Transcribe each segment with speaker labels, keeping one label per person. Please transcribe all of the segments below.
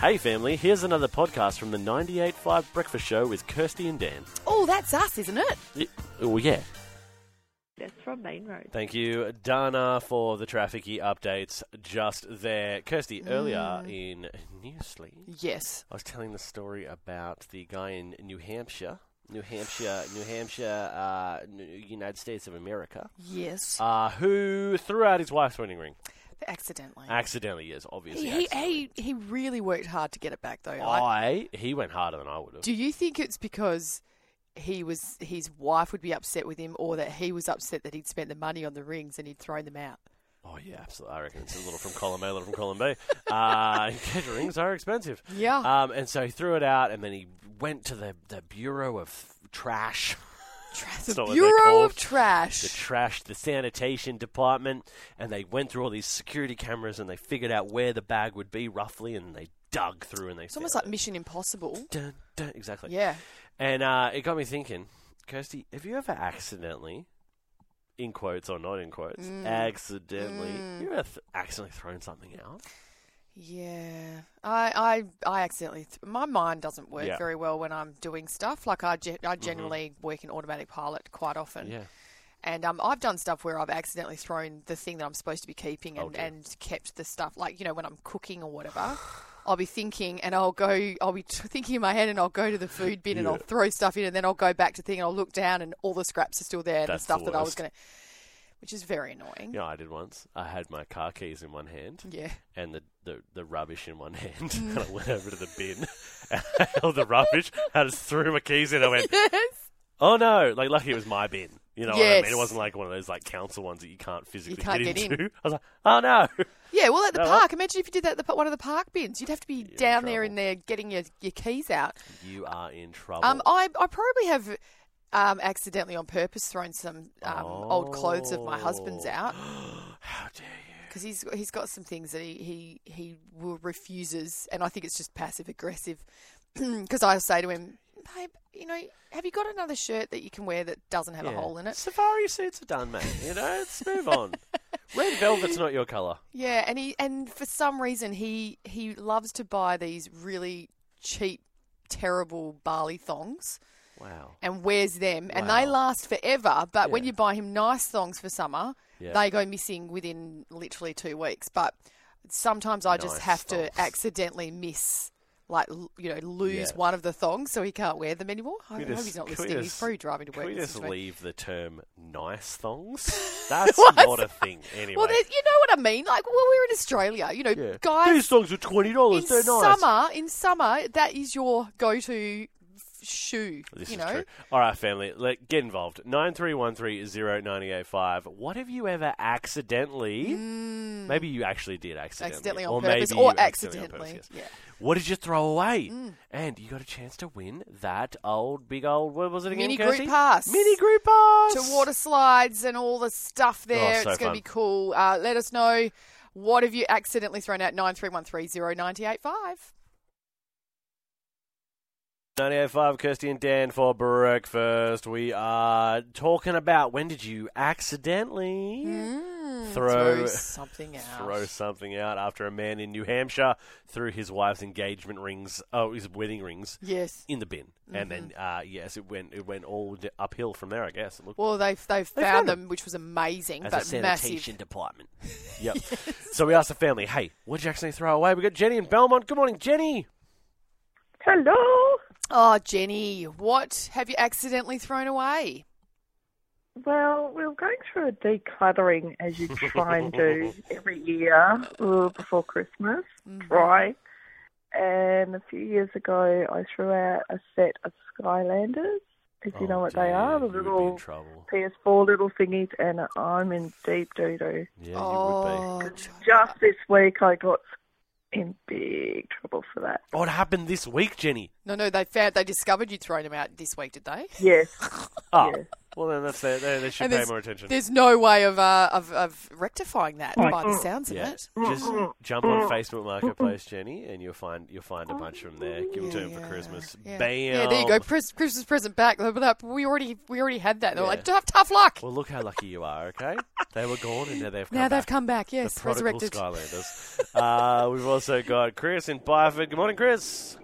Speaker 1: Hey, family, here's another podcast from the 98.5 Breakfast Show with Kirsty and Dan.
Speaker 2: Oh, that's us, isn't it?
Speaker 1: Y- Oh, yeah.
Speaker 3: That's from Main Road.
Speaker 1: Thank you, Dana, for the trafficy updates just there. Kirsty, earlier
Speaker 3: Mm.
Speaker 1: in Newsly,
Speaker 2: Yes.
Speaker 1: I was telling the story about the guy in New Hampshire, New Hampshire, New Hampshire, uh, New- United States of America,
Speaker 2: Yes.
Speaker 1: uh, who threw out his wife's wedding ring.
Speaker 2: Accidentally.
Speaker 1: Accidentally, yes, obviously.
Speaker 2: he,
Speaker 1: accidentally.
Speaker 2: he he really worked hard to get it back though. Like,
Speaker 1: I, he went harder than I would have.
Speaker 2: do you think it's because he was his wife would be upset with him, or that he was upset that he'd spent the money on the rings and he'd thrown them out?
Speaker 1: Oh yeah, absolutely. I reckon it's a little from column A, a little from column B. Uh, engagement rings are expensive.
Speaker 2: Yeah.
Speaker 1: Um, and so he threw it out, and then he went to the the Bureau of Trash,
Speaker 2: the
Speaker 1: not what they're
Speaker 2: Bureau
Speaker 1: called.
Speaker 2: of Trash.
Speaker 1: the trash, the sanitation department, and they went through all these security cameras, and they figured out where the bag would be roughly, and they dug through, and they.
Speaker 2: it's almost like Mission Impossible.
Speaker 1: dun, dun, exactly.
Speaker 2: Yeah.
Speaker 1: And uh, it got me thinking, Kirsty, have you ever accidentally, in quotes or not in quotes,
Speaker 2: Mm.
Speaker 1: accidentally, you ever th- accidentally thrown something out?
Speaker 2: Yeah, I I, I accidentally. Th- my mind doesn't work
Speaker 1: Yeah.
Speaker 2: very well when I'm doing stuff. Like I, ge- I generally work in automatic pilot quite often,
Speaker 1: Yeah.
Speaker 2: and um, I've done stuff where I've accidentally thrown the thing that I'm supposed to be keeping
Speaker 1: Oh,
Speaker 2: and,
Speaker 1: dear.
Speaker 2: and kept the stuff. Like you know when I'm cooking or whatever. I'll be thinking, and I'll go. I'll be t- thinking in my head, and I'll go to the food bin, and I'll throw stuff in, and then I'll go back to thing, and I'll look down, and all the scraps are still there, and the
Speaker 1: That's the
Speaker 2: stuff that I was
Speaker 1: worst.
Speaker 2: going to, which is very annoying.
Speaker 1: You know, what I did once. I had my car keys in one hand
Speaker 2: Yeah.
Speaker 1: and the, the, the rubbish in one hand. and I went over to the bin and I held the rubbish. I just threw my keys in. I went, oh no. Like, lucky it was my bin. You know what I mean?
Speaker 2: Yes.
Speaker 1: It wasn't like one of those like council ones that you can't physically
Speaker 2: can't
Speaker 1: get,
Speaker 2: get in.
Speaker 1: into. I was like, oh no.
Speaker 2: Yeah, well, at the
Speaker 1: No,
Speaker 2: park. Imagine if you did that at the, pa- one of the park bins. You'd have to be
Speaker 1: in
Speaker 2: down there
Speaker 1: trouble.
Speaker 2: in there getting your, your keys out.
Speaker 1: You are in trouble.
Speaker 2: Um, I, I probably have um, accidentally on purpose thrown some um, old clothes of my husband's
Speaker 1: Oh.
Speaker 2: out
Speaker 1: How dare you?
Speaker 2: because he's he's got some things that he he, he will refuses, and I think it's just passive aggressive because I say to him, babe, you know, have you got another shirt that you can wear that doesn't have a
Speaker 1: Yeah.
Speaker 2: hole in it?
Speaker 1: Safari suits are done, mate. You know, let's move on. Red velvet's not your colour.
Speaker 2: Yeah, and he and for some reason he he loves to buy these really cheap, terrible barley thongs.
Speaker 1: Wow.
Speaker 2: and wears them, and they
Speaker 1: Wow.
Speaker 2: last forever. But when
Speaker 1: Yeah.
Speaker 2: you buy him nice thongs for summer,
Speaker 1: Yeah.
Speaker 2: they go missing within literally two weeks. But sometimes I just
Speaker 1: Nice
Speaker 2: have
Speaker 1: thongs.
Speaker 2: to accidentally miss, like l- you know, lose
Speaker 1: Yeah.
Speaker 2: one of the thongs, so he can't wear them anymore. I, I
Speaker 1: Can we
Speaker 2: hope
Speaker 1: just-
Speaker 2: he's not
Speaker 1: can we
Speaker 2: listening. he's
Speaker 1: just-
Speaker 2: probably driving to
Speaker 1: Can
Speaker 2: work.
Speaker 1: we
Speaker 2: this
Speaker 1: just
Speaker 2: week.
Speaker 1: leave the term nice thongs? That's not a thing anyway.
Speaker 2: Well, there- you know what I mean. Like, well, we're in Australia. You know,
Speaker 1: Yeah. These
Speaker 2: guys.
Speaker 1: thongs are twenty
Speaker 2: In
Speaker 1: dollars. They're nice.
Speaker 2: summer, in summer, that is your go-to f- shoe.
Speaker 1: This
Speaker 2: you
Speaker 1: is
Speaker 2: know,
Speaker 1: true. All right, family, let, get involved. Nine three one three zero ninety eight five. What have you ever accidentally? Maybe you actually did accidentally,
Speaker 2: Mm. accidentally on
Speaker 1: or
Speaker 2: purpose
Speaker 1: maybe
Speaker 2: or
Speaker 1: you
Speaker 2: accidentally. Mm.
Speaker 1: on purpose, yes.
Speaker 2: Yeah.
Speaker 1: What did you throw away? And you got a chance to win that old big old. What was it again?
Speaker 2: Mini group
Speaker 1: Kirsty?
Speaker 2: pass.
Speaker 1: Mini group pass
Speaker 2: to water slides and all the stuff there.
Speaker 1: Oh, so
Speaker 2: it's going
Speaker 1: fun.
Speaker 2: to be cool. Uh, let us know what have you accidentally thrown out nine three one three zero ninety eight five.
Speaker 1: 98.5 Kirsty and Dan for breakfast. We are talking about when did you accidentally
Speaker 2: Hmm?
Speaker 1: Mm. throw
Speaker 2: something out.
Speaker 1: throw something out after a man in New Hampshire threw his wife's engagement rings, oh his wedding rings,
Speaker 2: Yes.
Speaker 1: in the bin, and then
Speaker 2: Mm-hmm.
Speaker 1: uh, yes, it went it went all d- uphill from there. I guess it looked
Speaker 2: Well, they've they've found,
Speaker 1: found
Speaker 2: them, which was amazing,
Speaker 1: as a
Speaker 2: but
Speaker 1: sanitation
Speaker 2: massive.
Speaker 1: department. Yep. So we asked the family, "Hey, what did you accidentally throw away?" We got Jenny in Belmont. Good morning, Jenny.
Speaker 3: Hello.
Speaker 2: Oh, Jenny, what have you accidentally thrown away?
Speaker 3: Well, we we're going through a decluttering as you try and do every year uh, before Christmas,
Speaker 2: Mm.
Speaker 1: Mm.
Speaker 3: right? And a few years ago, I threw out a set of Skylanders, if you know what they are, the
Speaker 1: Oh, you would be in
Speaker 3: little
Speaker 1: trouble.
Speaker 3: PS4 little thingies, and I'm in deep doo doo.
Speaker 1: Yeah, you would be.
Speaker 2: oh,
Speaker 3: Just this week, I got in big trouble for that.
Speaker 1: Oh, it happened this week, Jenny.
Speaker 2: no, no, they found they discovered you'd thrown them out this week, did they?
Speaker 3: Yes,
Speaker 1: Oh,
Speaker 3: yes.
Speaker 1: Well, then that's their, they, they should
Speaker 2: And
Speaker 1: pay
Speaker 2: there's-
Speaker 1: more attention.
Speaker 2: There's no way of uh, of, of rectifying that by the sounds of
Speaker 1: Yeah,
Speaker 2: it.
Speaker 1: just jump on Facebook Marketplace, Jenny, and you'll find you'll find a bunch from there. Give it to them for
Speaker 2: Yeah,
Speaker 1: Christmas.
Speaker 2: Yeah.
Speaker 1: Bam.
Speaker 2: Yeah, there you go. Pres- Christmas present back. Blah, blah, blah. We already we already had that. They're
Speaker 1: Yeah.
Speaker 2: like tough tough luck.
Speaker 1: Well, look how lucky you are. Okay, they were gone, and now they've come
Speaker 2: now they've
Speaker 1: back.
Speaker 2: come back. Yes,
Speaker 1: the prodigal
Speaker 2: resurrected.
Speaker 1: Skylanders. uh, we've also got Chris in Byford. Good morning, Chris.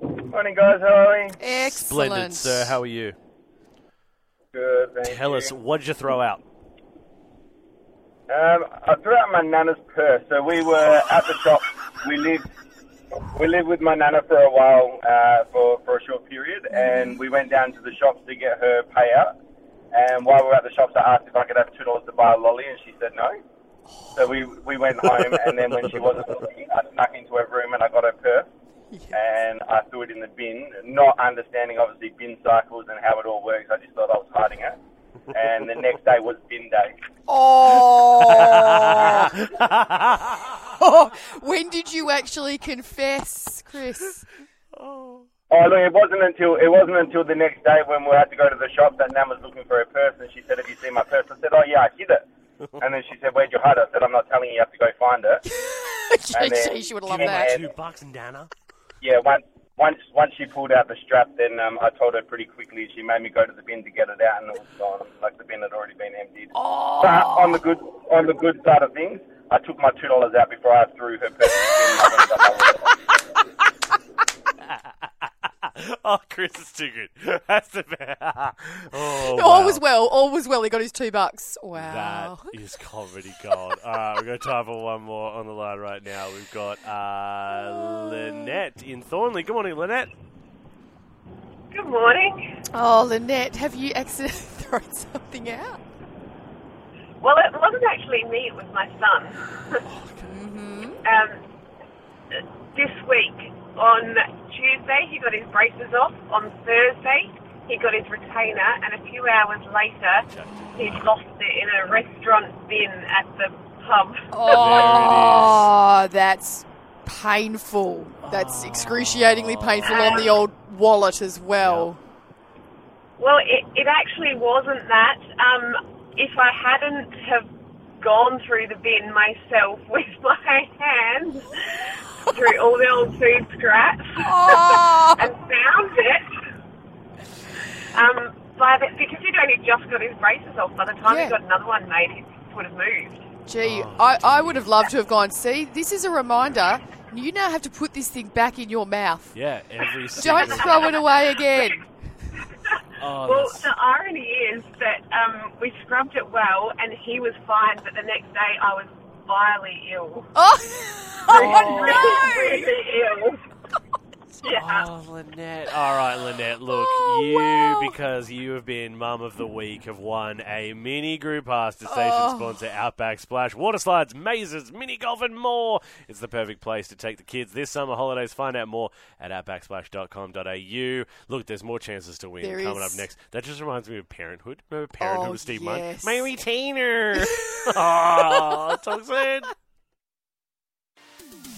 Speaker 4: Morning, guys. How are we?
Speaker 2: Excellent,
Speaker 1: Splendid, sir. How are you?
Speaker 4: Good. Thank
Speaker 1: Tell
Speaker 4: you.
Speaker 1: us, what did you throw out?
Speaker 4: Um, I threw out my nana's purse. So we were at the shop. We lived. We lived with my nana for a while, uh, for for a short period, and we went down to the shops to get her payout. And while we were at the shops, I asked if I could have two dollars to buy a lolly, and she said no. So we we went home, and then when she wasn't looking, I snuck into her room and I got her purse. And I threw it in the bin, not understanding obviously bin cycles and how it all works. I just thought I was hiding it. And the next day was bin day.
Speaker 2: Oh. when did you actually confess, Chris?
Speaker 4: Oh look, it wasn't until it wasn't until the next day when we had to go to the shop that Nan was looking for her purse, and she said, "Have you seen my purse?" I said, "Oh yeah, I hid it." And then she said, "Where'd you hide it?" I said, "I'm not telling you. You have to go find it."
Speaker 2: she,
Speaker 4: And then-
Speaker 2: she- she would love
Speaker 4: Yeah.
Speaker 2: that.
Speaker 4: Two
Speaker 1: bucks, Nana.
Speaker 4: Yeah, once once once she pulled out the strap, then um, I told her pretty quickly. She made me go to the bin to get it out, and it was gone. Like the bin had already been emptied. But on the good on the good side of things, I took my two dollars out before I threw her purse. in the bin. I went and got my wallet.
Speaker 1: Oh, Chris is too good. That's the best. Oh,
Speaker 2: All
Speaker 1: wow.
Speaker 2: was well. All was well. He got his two bucks. Wow.
Speaker 1: That is comedy gold. All right, we've got time for one more on the line right now. We've got uh, Lynette in Thornley. Good morning, Lynette.
Speaker 5: Good morning.
Speaker 2: Oh, Lynette, have you accidentally thrown something out?
Speaker 5: Well, it wasn't actually me, it was my son. um, this week, on Tuesday, he got his braces off. On Thursday, he got his retainer. And a few hours later, he'd lost it in a restaurant bin at the pub.
Speaker 2: Oh, that's painful. That's excruciatingly painful on the old wallet as well.
Speaker 5: Well, it, it actually wasn't that. Um, if I hadn't have gone through the bin myself with my hands through all the old food scraps
Speaker 2: Oh,
Speaker 5: and found it, um, by the, because he'd only just got his braces off, by the time
Speaker 2: Yeah.
Speaker 5: he got another one made, he would have moved.
Speaker 2: gee, I, I would have loved to have gone. See, this is a reminder. You now have to put this thing back in your mouth.
Speaker 1: Yeah, every single
Speaker 2: Don't throw it away again.
Speaker 1: Oh,
Speaker 5: Well,
Speaker 1: that's-
Speaker 5: the irony is that um, we scrubbed it well, and he was fine, but the next day I was vilely ill.
Speaker 2: Oh,
Speaker 5: really,
Speaker 2: oh
Speaker 5: really ill. Yeah.
Speaker 1: Oh, Lynette. All right, Lynette. Look,
Speaker 2: Oh,
Speaker 1: you,
Speaker 2: wow.
Speaker 1: because you have been Mum of the Week, have won a mini group pass to station
Speaker 2: Oh.
Speaker 1: sponsor Outback Splash. Water slides, mazes, mini golf, and more. It's the perfect place to take the kids this summer holidays. Find out more at outbacksplash.com.au. Look, there's more chances to win
Speaker 2: There
Speaker 1: coming
Speaker 2: is.
Speaker 1: up next. That just reminds me of Parenthood. Remember Parenthood
Speaker 2: Oh,
Speaker 1: with Steve
Speaker 2: yes.
Speaker 1: Martin? My retainer. oh, talk soon.
Speaker 2: no!